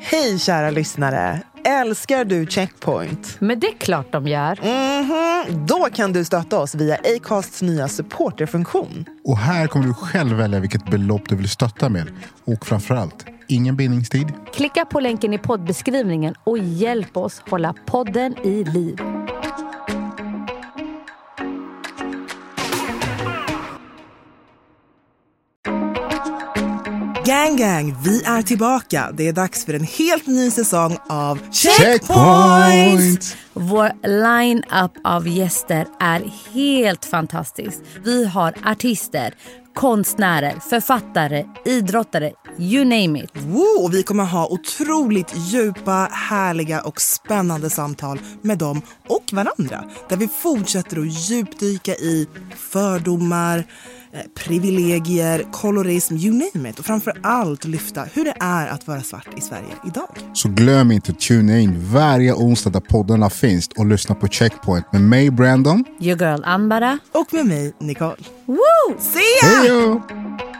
Hej kära lyssnare! Älskar du Checkpoint? Men det är klart de gör. Mhm, Då kan du stötta oss via Acasts nya supporterfunktion. Och här kommer du själv välja vilket belopp du vill stötta med. Och framförallt, ingen bindningstid. Klicka på länken i poddbeskrivningen och hjälp oss hålla podden i liv. Gang, gang, vi är tillbaka. Det är dags för en helt ny säsong av Checkpoint! Checkpoint! Vår line-up av gäster är helt fantastisk. Vi har artister, konstnärer, författare, idrottare, you name it. Wow, och vi kommer ha otroligt djupa, härliga och spännande samtal med dem och varandra där vi fortsätter att djupdyka i fördomar, eh, privilegier, kolorism, you name it. Och framför allt lyfta hur det är att vara svart i Sverige idag. Så glöm inte att tuna in varje onsdag där poddarna finns och lyssna på Checkpoint med mig Brandon. Your girl Anbara. Och med mig, Nicole. Woo! Se ya! Hej då!